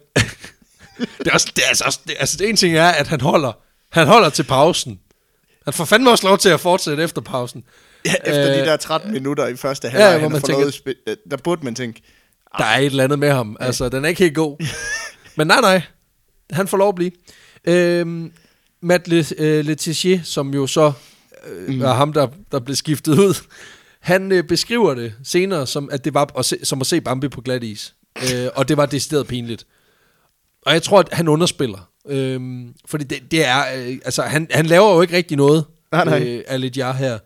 Speaker 2: er også, det er altså, også- det, altså det ene ting er, at han holder, han holder til pausen. Han får fandme også lov til at fortsætte efter pausen.
Speaker 1: Ja, efter øh, de
Speaker 2: Øh,
Speaker 1: der 13 minutter i første halvleg, ja,
Speaker 2: hvor man tænker-
Speaker 1: der burde man tænke,
Speaker 2: Der er et eller andet med ham. Altså, den er ikke helt god. Men nej, nej. Han får lov at blive. Øhm, Matt Le, øh, Letizier, som jo så øh, mm. var ham, der, der blev skiftet ud, han øh, beskriver det senere, som at det var at se, som at se Bambi på glat is. Øh, og det var decideret pinligt. Og jeg tror, at han underspiller. Øhm, fordi det, det er... Øh, altså, han, han laver jo ikke rigtig noget.
Speaker 1: Nej, nej.
Speaker 2: Øh, Alit Jar her.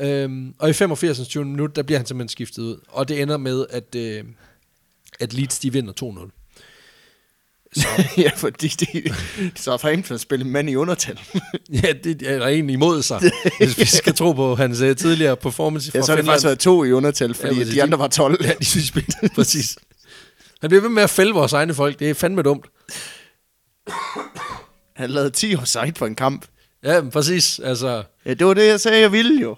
Speaker 2: Øhm, og i 85. 20. minut, der bliver han simpelthen skiftet ud. Og det ender med, at, øh, at Leeds, de vinder 2-0.
Speaker 1: ja, fordi de, så har Frampton spillet mand i undertal.
Speaker 2: Ja, det er der egentlig imod sig, hvis vi skal tro på hans uh, tidligere performance fra
Speaker 1: Ja, så har det
Speaker 2: Finland.
Speaker 1: faktisk været to i undertal, fordi ja,
Speaker 2: Ja,
Speaker 1: de,
Speaker 2: præcis.
Speaker 1: de andre var 12.
Speaker 2: Ja, de synes, vi- præcis. Han bliver ved med at fælde vores egne folk. Det er fandme dumt.
Speaker 1: Han lavede 10 års sejt for en kamp.
Speaker 2: Ja, men præcis. Altså,
Speaker 1: Ja, det var det, jeg sagde, jeg ville jo.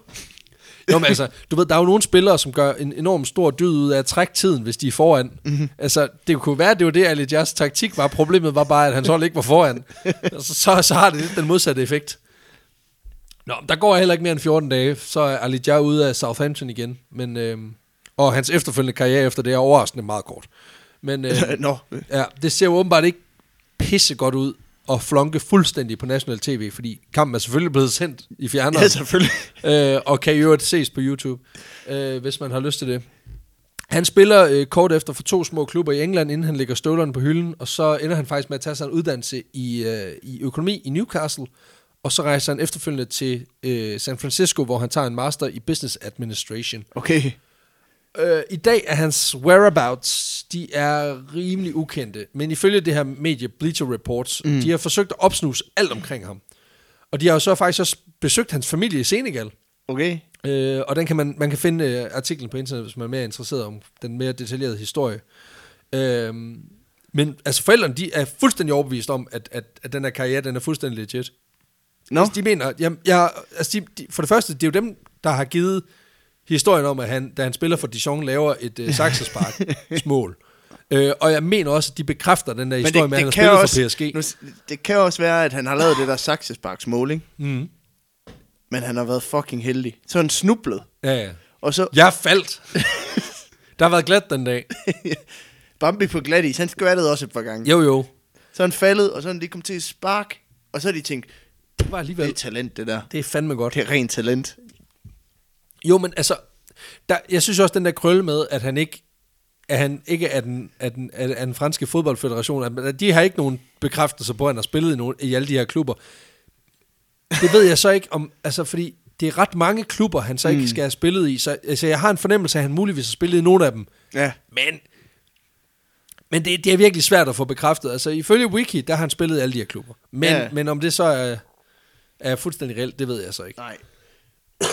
Speaker 2: jo, men altså, du ved, der er jo nogle spillere, som gør en enorm stor dyd ud af at trække tiden, hvis de er foran.
Speaker 1: Mhm.
Speaker 2: Mm-hmm. Altså, det kunne være, at det var det, Ali Jazz taktik var. Problemet var bare, at hans hold ikke var foran. Altså, så, så har det lidt den modsatte effekt. Nå, men der går heller ikke mere end 14 dage, så er Ali Jazz ude af Southampton igen. Men, øhm, og hans efterfølgende karriere efter det er overraskende meget kort. Men, øhm,
Speaker 1: Nå,
Speaker 2: Ja, det ser jo åbenbart ikke pisse godt ud at flonke fuldstændig på national tv, fordi kampen er selvfølgelig blevet sendt i fjerneren,
Speaker 1: ja, selvfølgelig.
Speaker 2: øh, og kan i øvrigt ses på YouTube, øh, hvis man har lyst til det. Han spiller øh, kort efter for to små klubber i England, inden han lægger støvlerne på hylden, og så ender han faktisk med at tage sig en uddannelse i, øh, i økonomi i Newcastle, og så rejser han efterfølgende til øh, San Francisco, hvor han tager en master i business administration.
Speaker 1: Okay.
Speaker 2: Øh, I dag er hans whereabouts, de er rimelig ukendte, men ifølge det her medie Bleacher Reports, mm. de har forsøgt at opsnuse alt omkring ham. Og de har jo så faktisk også besøgt hans familie i Senegal,
Speaker 1: Okay.
Speaker 2: øh, og den kan man, man kan finde øh, artiklen på internet, hvis man er mere interesseret om den mere detaljerede historie. Øh, men altså forældrene, de er fuldstændig overbevist om, at, at, at den her karriere, den er fuldstændig legit.
Speaker 1: Nå,
Speaker 2: Altså, de mener, jamen, jeg, altså, de, de, for det første, det er jo dem, der har givet historien om, at han, da han spiller for Dijon, laver et øh, saksespark mål. Øh, og jeg mener også, at de bekræfter den der
Speaker 1: Men
Speaker 2: historie
Speaker 1: det,
Speaker 2: med, at han
Speaker 1: det,
Speaker 2: har
Speaker 1: kan
Speaker 2: spillet
Speaker 1: også,
Speaker 2: for PSG.
Speaker 1: nu, s- det kan også være, at han har lavet det der saksesparksmål, ikke?
Speaker 2: Mm.
Speaker 1: Men han har været fucking heldig. Så er han snublet.
Speaker 2: Ja, ja.
Speaker 1: Og så
Speaker 2: Jeg faldt. der har været glat den dag.
Speaker 1: Bambi på glatis, han skvattede også et par gange.
Speaker 2: Jo, jo.
Speaker 1: Så er han faldet, og så er han lige kommet til at spark. Og så har de tænkt,
Speaker 2: Det var
Speaker 1: det er
Speaker 2: alligevel...
Speaker 1: talent, det der.
Speaker 2: Det er fandme godt.
Speaker 1: Det er rent talent.
Speaker 2: Jo, men altså, der, jeg synes også, den der krølle med, at han ikke at han ikke er den, er den, er er den franske fodboldfederation, at- at de har ikke nogen bekræftelser på, at han har spillet i, nogen, i alle de her klubber. Det ved jeg så ikke om, altså fordi det er ret mange klubber, han så
Speaker 1: Mm.
Speaker 2: ikke skal have spillet i, så altså, jeg har en fornemmelse af, at han muligvis har spillet i nogle af dem,
Speaker 1: Ja.
Speaker 2: men, men det, det er virkelig svært at få bekræftet. Altså ifølge Wiki, der har han spillet i alle de her klubber, men,
Speaker 1: Ja.
Speaker 2: ja. men om det så er, er fuldstændig reelt, det ved jeg så ikke.
Speaker 1: Nej.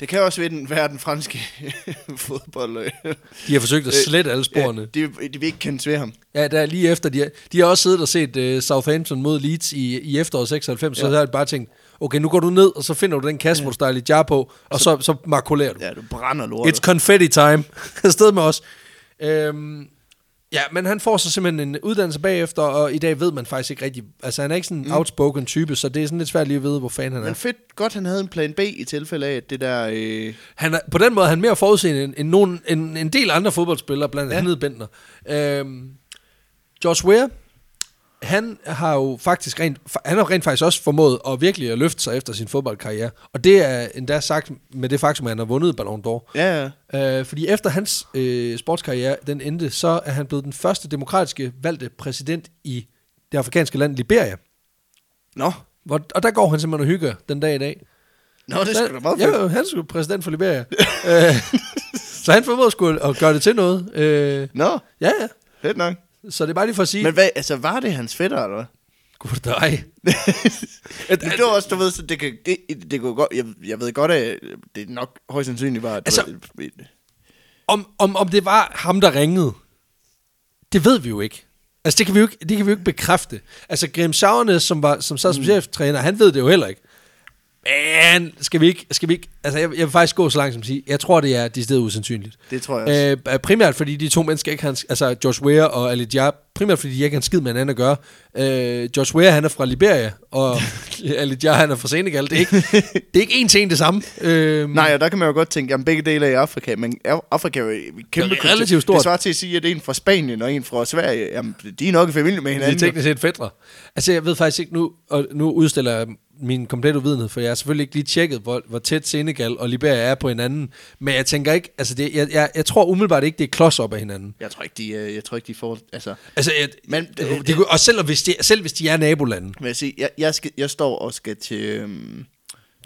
Speaker 1: Det kan også være den, være den franske fodbold. øh,
Speaker 2: De har forsøgt at
Speaker 1: Øh,
Speaker 2: slette alle sporene.
Speaker 1: Ja, de, de vil ikke kendes ved ham.
Speaker 2: Ja, der er lige efter, de har, de har også siddet og set uh, Southampton mod Leeds i, i efteråret 96, ja.
Speaker 1: Ja.
Speaker 2: så har de bare tænkt, okay, nu går du ned, og så finder du den kasse, ja. hvor du starter jar på, og så, så, så makulerer du.
Speaker 1: Ja, du brænder lortet.
Speaker 2: It's confetti time. Afsted med os. Øhm, ja, men han får så simpelthen en uddannelse bagefter, og i dag ved man faktisk ikke rigtig, altså han er ikke sådan en mm. outspoken type, så det er sådan lidt svært lige at vide, hvor fan han er.
Speaker 1: Men fedt, godt han havde en plan B i tilfælde af, at det der... Øh,
Speaker 2: Han er, på den måde er han mere forudseende end, end, nogen, end en del andre fodboldspillere, blandt andet ja. Bentner. Øhm, George Weah, han har jo faktisk rent, han har rent faktisk også formået at virkelig at løfte sig efter sin fodboldkarriere. Og det er endda sagt med det faktum, at han har vundet Ballon d'Or.
Speaker 1: ja, ja.
Speaker 2: Øh, fordi efter hans øh, sportskarriere, den endte, så er han blevet den første demokratiske valgte præsident i det afrikanske land Liberia.
Speaker 1: Nå,
Speaker 2: Hvor, og der går han simpelthen og hygger den dag i dag.
Speaker 1: Nå det er sgu da meget fedt.
Speaker 2: Ja, han skulle præsident for Liberia. Øh, så han formåede sgu at gøre det til noget. Øh,
Speaker 1: Nå,
Speaker 2: ja, ja.
Speaker 1: fedt nok.
Speaker 2: Så det er bare lige for at sige,
Speaker 1: Men
Speaker 2: Men...
Speaker 1: hvad, altså, var det hans fætter, eller hvad?
Speaker 2: gud dig.
Speaker 1: Men det var også, du ved, så det kan, det, det kunne godt, jeg, jeg ved godt, at det nok højst sandsynligt var, at
Speaker 2: Altså-
Speaker 1: du ved,
Speaker 2: Om, om, om det var ham, der ringede, det ved vi jo ikke. Altså, det kan vi jo ikke, det kan vi jo ikke bekræfte. Altså, Graham Sauernes, som, var, som
Speaker 1: Mm.
Speaker 2: sad som cheftræner, han ved det jo heller ikke. Men skal vi ikke, skal vi ikke altså jeg, jeg vil faktisk gå så langt som at sige, jeg tror det er de steder usandsynligt.
Speaker 1: det tror jeg også.
Speaker 2: Øh, primært fordi de to mennesker ikke har en, altså Josh Weir og Ali Diab, primært fordi de ikke har en skid med hinanden at gøre. Øh, Josh Weir, han er fra Liberia, og Ali Diab, han er fra Senegal. Det er ikke, det er ikke en til en det samme. Øh,
Speaker 1: Nej, og der kan man jo godt tænke, jamen begge dele er i Afrika, men Af- Afrika er jo et kæmpe
Speaker 2: Det er relativt stort.
Speaker 1: Det svarer til at sige, at en fra Spanien og en fra Sverige, jamen de er nok i familie med
Speaker 2: Det er
Speaker 1: hinanden.
Speaker 2: teknisk set fædre. Altså, jeg ved faktisk ikke nu, og nu udstiller jeg min komplette uvidenhed, for jeg har selvfølgelig ikke lige tjekket, hvor, hvor tæt Senegal og Liberia er på hinanden. Men jeg tænker ikke, altså det, jeg, jeg, jeg tror umiddelbart ikke, det er klods op af hinanden.
Speaker 1: Jeg tror ikke, de, øh, jeg tror ikke, de får... Altså,
Speaker 2: Altså, jeg,
Speaker 1: Men- øh,
Speaker 2: det, det, det, og selv hvis de, selv hvis de er nabolande,
Speaker 1: men jeg, siger, jeg, jeg, skal, jeg står og skal til, øhm,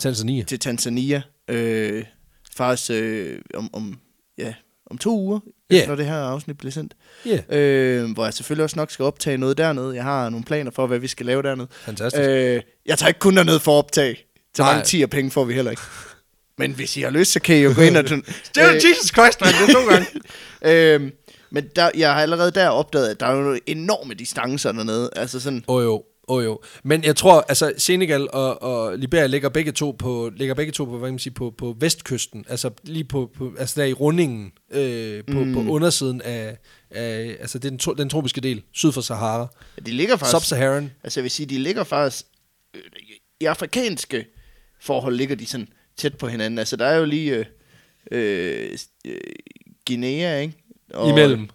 Speaker 2: Tanzania.
Speaker 1: til Tanzania, øh, faktisk øh, om, om, ja, om to uger,
Speaker 2: Ja.
Speaker 1: yeah. når det her afsnit bliver sendt.
Speaker 2: Ja,
Speaker 1: Øh, hvor jeg selvfølgelig også nok skal optage noget dernede. Jeg har nogle planer for, hvad vi skal lave dernede.
Speaker 2: fantastisk.
Speaker 1: Øh, jeg tager ikke kun derned for at optage. Så
Speaker 2: Nej.
Speaker 1: mange ti af penge får vi heller ikke. Men hvis I har lyst, så kan I jo gå ind og... Øh, Don-
Speaker 2: Det er jo Jesus Christ, man. Det er to gange.
Speaker 1: øh, øh, men der, jeg har allerede der opdaget, at der er jo nogle enorme distancer dernede. Altså sådan...
Speaker 2: Åh oh, jo, åh oh, jo. Men jeg tror, altså Senegal og, og Liberia ligger begge to på, ligger begge to på, hvad kan man sige, på, på vestkysten. Altså lige på, på altså der i rundingen øh, på, mm. på undersiden af, af altså det er den, to, den tropiske del, syd for Sahara.
Speaker 1: De ligger faktisk...
Speaker 2: Sub-Saharan.
Speaker 1: Altså jeg vil sige, de ligger faktisk... øh, I afrikanske forhold ligger de sådan tæt på hinanden. Altså der er jo lige... Øh, øh, øh, Guinea, ikke? Og,
Speaker 2: Imellem.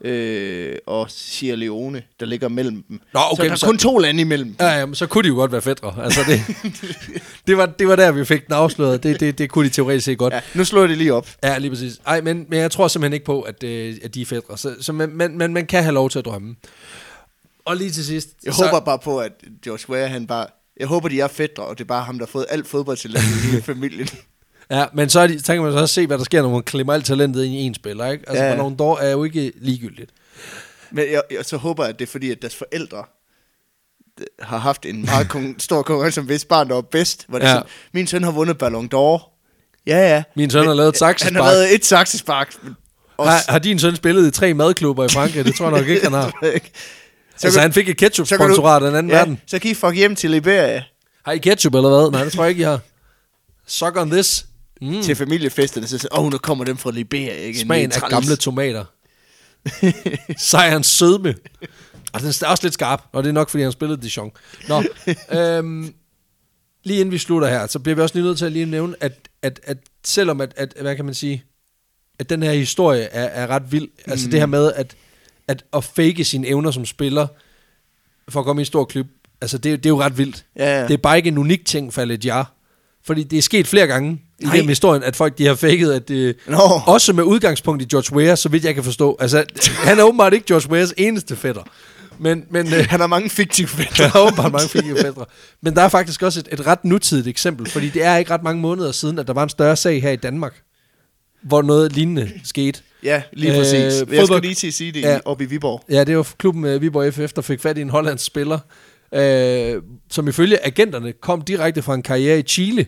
Speaker 1: Øh, og Sierra Leone, der ligger mellem dem.
Speaker 2: Nå, okay,
Speaker 1: så der er
Speaker 2: men så-
Speaker 1: kun to lande imellem.
Speaker 2: Ja, ja, men så kunne de jo godt være fædre. Altså det, det, var, det var der, vi fik den afsløret. Det, det, det kunne de teoretisk set godt.
Speaker 1: Ja, nu slår jeg det lige op.
Speaker 2: Ja, lige præcis. Ej, men, men jeg tror simpelthen ikke på, at, øh, at de er fædre. Så, så man, man, man, man kan have lov til at drømme. Og lige til sidst.
Speaker 1: Jeg
Speaker 2: så,
Speaker 1: så... håber bare på, at George Weah, han bare... Jeg håber, de er fædre, og det er bare ham, der har fået alt fodboldtalent i hele familien.
Speaker 2: Ja, men så, er de, så tænker man så også se, hvad der sker, når man klemmer alt talentet ind i en spiller, ikke? Altså,
Speaker 1: Ja,
Speaker 2: ja.
Speaker 1: ja.
Speaker 2: Ballon d'Or er jo ikke ligegyldigt.
Speaker 1: Men jeg, jeg så håber, at det er fordi, at deres forældre øh, har haft en meget kon- stor konkurrence om, hvis barn der var bedst. Hvor det
Speaker 2: Ja.
Speaker 1: ja. sådan, min søn har vundet Ballon d'Or. Ja, ja.
Speaker 2: Min søn har lavet et
Speaker 1: Han har
Speaker 2: saksespark.
Speaker 1: lavet et saksespark. men også-
Speaker 2: Har, har din søn spillet i tre madklubber i Frankrig? Det tror jeg nok ikke, han har.
Speaker 1: Så
Speaker 2: Altså,
Speaker 1: kan-
Speaker 2: han fik
Speaker 1: så
Speaker 2: et
Speaker 1: kan du-
Speaker 2: ketchup-sponsorat af den anden ja. verden.
Speaker 1: Så kan I fuck hjem til Liberia.
Speaker 2: Har I ketchup eller hvad? Nej, det tror jeg ikke, I har. Suck on this. Mm.
Speaker 1: Mm. Til familiefesterne. Så sådan, åh, oh, nu kommer dem fra Liberia igen.
Speaker 2: Smagen
Speaker 1: Det er
Speaker 2: af
Speaker 1: træls.
Speaker 2: gamle tomater. Sejrens sødme. Og den er også lidt skarp, og det er nok, fordi han spillede Dijon. Nå, øhm, lige inden vi slutter her, så bliver vi også lige nødt til at lige nævne, at, at, at selvom, at, at, hvad kan man sige, at den her historie er, er ret vild, mm. altså det her med, at, at at fake sine evner som spiller, for at komme i en stor klub, altså det, det er jo ret vildt.
Speaker 1: Ja, ja.
Speaker 2: Det er bare ikke en unik ting for Aledjar. Fordi det er sket flere gange i
Speaker 1: Nej.
Speaker 2: den historien, at folk de har faked, at øh, det,
Speaker 1: Nå.
Speaker 2: også med udgangspunkt i George Weah, så vidt jeg kan forstå. Altså, han er åbenbart ikke George Weahs eneste fætter. Men, men øh,
Speaker 1: Han har mange fiktive fætter.
Speaker 2: der er åbenbart mange fiktive fædre. Men der er faktisk også et, et ret nutidigt eksempel, fordi det er ikke ret mange måneder siden, at der var en større sag her i Danmark, hvor noget lignende skete.
Speaker 1: Ja, lige
Speaker 2: Øh,
Speaker 1: præcis. Øh, jeg skal
Speaker 2: fodbold-
Speaker 1: lige til at sige det
Speaker 2: Ja.
Speaker 1: ja. oppe i Viborg.
Speaker 2: Ja, det var klubben øh, Viborg FF, der fik fat i en hollandsk spiller, øh, som ifølge agenterne kom direkte fra en karriere i Chile,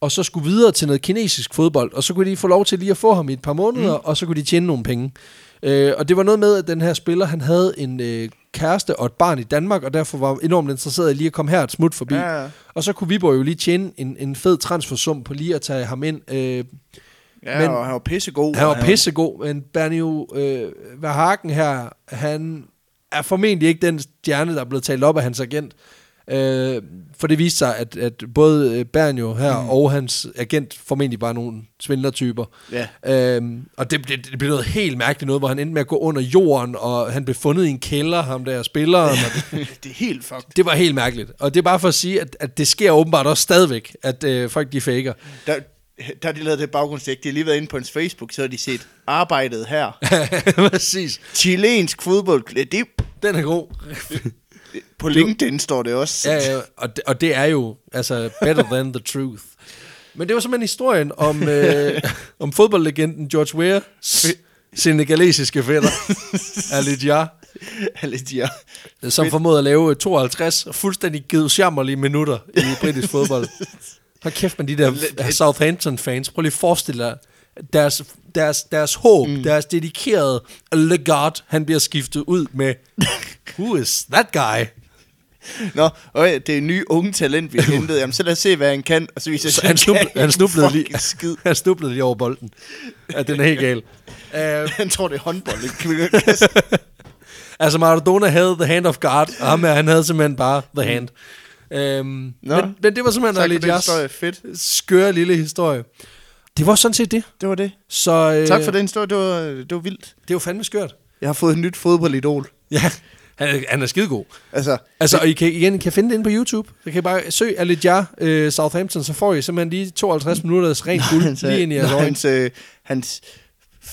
Speaker 2: og så skulle videre til noget kinesisk fodbold, og så kunne de få lov til lige at få ham i et par måneder, mm. og så kunne de tjene nogle penge. Øh, og det var noget med, at den her spiller, han havde en øh, kæreste og et barn i Danmark, og derfor var enormt interesseret i lige at komme her et smut forbi.
Speaker 1: Ja, ja.
Speaker 2: Og så kunne Viborg jo lige tjene en, en fed transfersum på lige at tage ham ind. Øh,
Speaker 1: Ja,
Speaker 2: Men-
Speaker 1: men, og han var pissegod.
Speaker 2: han
Speaker 1: og
Speaker 2: var pissegod, men Bernio øh, Verhagen her, han er formentlig ikke den stjerne, der er blevet talt op af hans agent. Øh, for det viste sig, at, at både øh, Bernio her mm. og hans agent formentlig bare er nogle svindlertyper.
Speaker 1: Ja.
Speaker 2: Øhm, og det, det, det blev noget helt mærkeligt noget, hvor han endte med at gå under jorden, og han blev fundet i en kælder, ham der spilleren. Og det,
Speaker 1: det er helt fucked.
Speaker 2: det var helt mærkeligt. Og det er bare for at sige, at, at det sker åbenbart også stadigvæk, at øh, folk de faker.
Speaker 1: Der, der har de lavet det baggrundsdæk. De har lige været inde på hans Facebook, så har de set arbejdet her.
Speaker 2: Præcis.
Speaker 1: Chilensk fodbold. Det er
Speaker 2: Den er god.
Speaker 1: på LinkedIn står det også.
Speaker 2: Ja, ja og, det, og det er jo altså better than the truth. Men det var simpelthen historien om, øh, om fodboldlegenden George Weah, senegalesiske fætter, Ali Dia,
Speaker 1: Alle de her.
Speaker 2: som formåede at lave 52 fuldstændig gedusjammerlige minutter i britisk fodbold. Hold kæft med de der Southampton-fans. Prøv lige at forestille dig deres, deres, deres håb, mm. deres dedikerede legard, han bliver skiftet ud med, who is that guy?
Speaker 1: Nå, og ja, det er en ny unge talent, vi har hentet. Jamen, så lad os se, hvad han kan. Og så viser
Speaker 2: Så
Speaker 1: sig,
Speaker 2: han, snubl,
Speaker 1: kan
Speaker 2: han, snublede
Speaker 1: fucking
Speaker 2: lige,
Speaker 1: Skid.
Speaker 2: han snublede lige over bolden. Ja, den er helt gal. Uh,
Speaker 1: Han tror, det er håndbold. Ikke?
Speaker 2: altså Maradona havde the hand of God, og ham her, han havde simpelthen bare the hand. Uh, men, men det var
Speaker 1: Mm.
Speaker 2: simpelthen
Speaker 1: Tak for
Speaker 2: Ali
Speaker 1: den
Speaker 2: Dias
Speaker 1: historie. Fedt.
Speaker 2: skøre lille historie. Det var sådan set det.
Speaker 1: Det var det.
Speaker 2: Så, øh,
Speaker 1: Tak for den historie. Det var, det var vildt.
Speaker 2: Det var fandme skørt.
Speaker 1: Jeg har fået et nyt fodboldidol.
Speaker 2: Ja, han, er- han er skidegod.
Speaker 1: Altså,
Speaker 2: Altså, og I kan, igen, I kan finde det inde på YouTube. Så kan I bare søge Ali Dia, øh, Southampton, så får I simpelthen lige 52 minutters rent guld lige ind i jeres
Speaker 1: når
Speaker 2: øjne.
Speaker 1: hans, øh, hans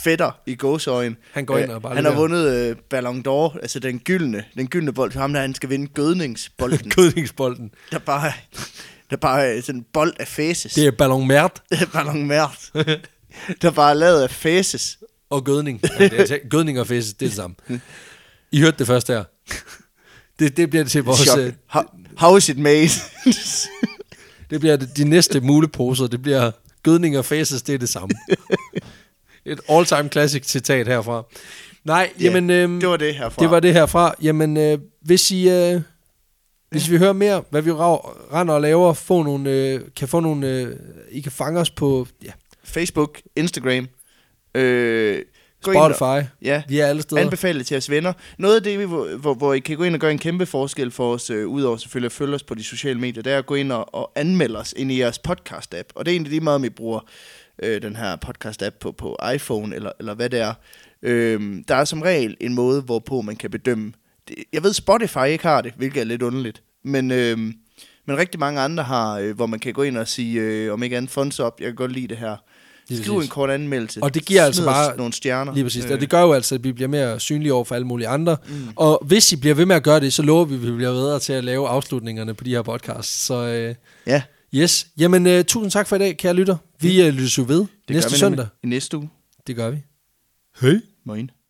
Speaker 1: fætter i gåseøjen.
Speaker 2: Han går ind og bare
Speaker 1: Han har
Speaker 2: leverer.
Speaker 1: vundet øh, Ballon d'Or, altså den gyldne, den gyldne bold. Ham der, han skal vinde gødningsbolden.
Speaker 2: Kødningsbolden.
Speaker 1: der bare der bare er sådan en bold af faces.
Speaker 2: Det er ballon merde.
Speaker 1: Ballon mært. der bare er lavet af faces.
Speaker 2: Og gødning. Ja, det er, altså- gødning og fisse, det er det samme. I hørte det først her. Det, det bliver til vores...
Speaker 1: Chok.
Speaker 2: øh,
Speaker 1: How, how is it made?
Speaker 2: Det bliver de næste muleposer. Det bliver gødning og fæses, det er det samme. Et all-time classic citat herfra. Nej,
Speaker 1: Ja,
Speaker 2: jamen... Øhm,
Speaker 1: det var det herfra.
Speaker 2: Det var det herfra. Jamen, øh, hvis I... Øh, hvis vi hører mere, hvad vi rav, render og laver, får nogle, øh, kan få nogle... Øh, I kan fange os på ja,
Speaker 1: Facebook, Instagram, øh, gå ind og-
Speaker 2: Spotify.
Speaker 1: Ja,
Speaker 2: Vi er alle steder.
Speaker 1: anbefale til jeres venner. Noget af det, vi- hvor, hvor, hvor I kan gå ind og gøre en kæmpe forskel for os, øh, udover selvfølgelig at følge os på de sociale medier, det er at gå ind og, og anmelde os ind i jeres podcast-app. Og det er egentlig lige meget, om I bruger øh, den her podcast-app på, på iPhone eller, eller hvad det er. Øhm, der er som regel en måde, hvorpå man kan bedømme. Det, jeg ved, Spotify ikke har det, hvilket er lidt underligt. Men, øhm, men rigtig mange andre har, øh, hvor man kan gå ind og sige, øh, om ikke andet, funds op, jeg kan godt lide det her.
Speaker 2: Lige
Speaker 1: Skriv
Speaker 2: præcis.
Speaker 1: en kort anmeldelse.
Speaker 2: Og det giver altså
Speaker 1: Smid os
Speaker 2: bare-
Speaker 1: nogle stjerner. Øh.
Speaker 2: Lige præcis. Og det gør jo altså, at vi bliver mere synlige over for alle mulige andre. Mm. Og hvis I bliver ved med at gøre det, så lover vi, at vi bliver bedre til at lave afslutningerne på de her podcasts. Så øh,
Speaker 1: Ja.
Speaker 2: yes. Jamen, øh, tusind tak for i dag, kære lytter. Vi øh, lyttes jo ved
Speaker 1: Mm. Det
Speaker 2: næste
Speaker 1: gør vi
Speaker 2: søndag.
Speaker 1: Nemlig. I næste uge.
Speaker 2: Det gør vi. Hej.
Speaker 1: Moin.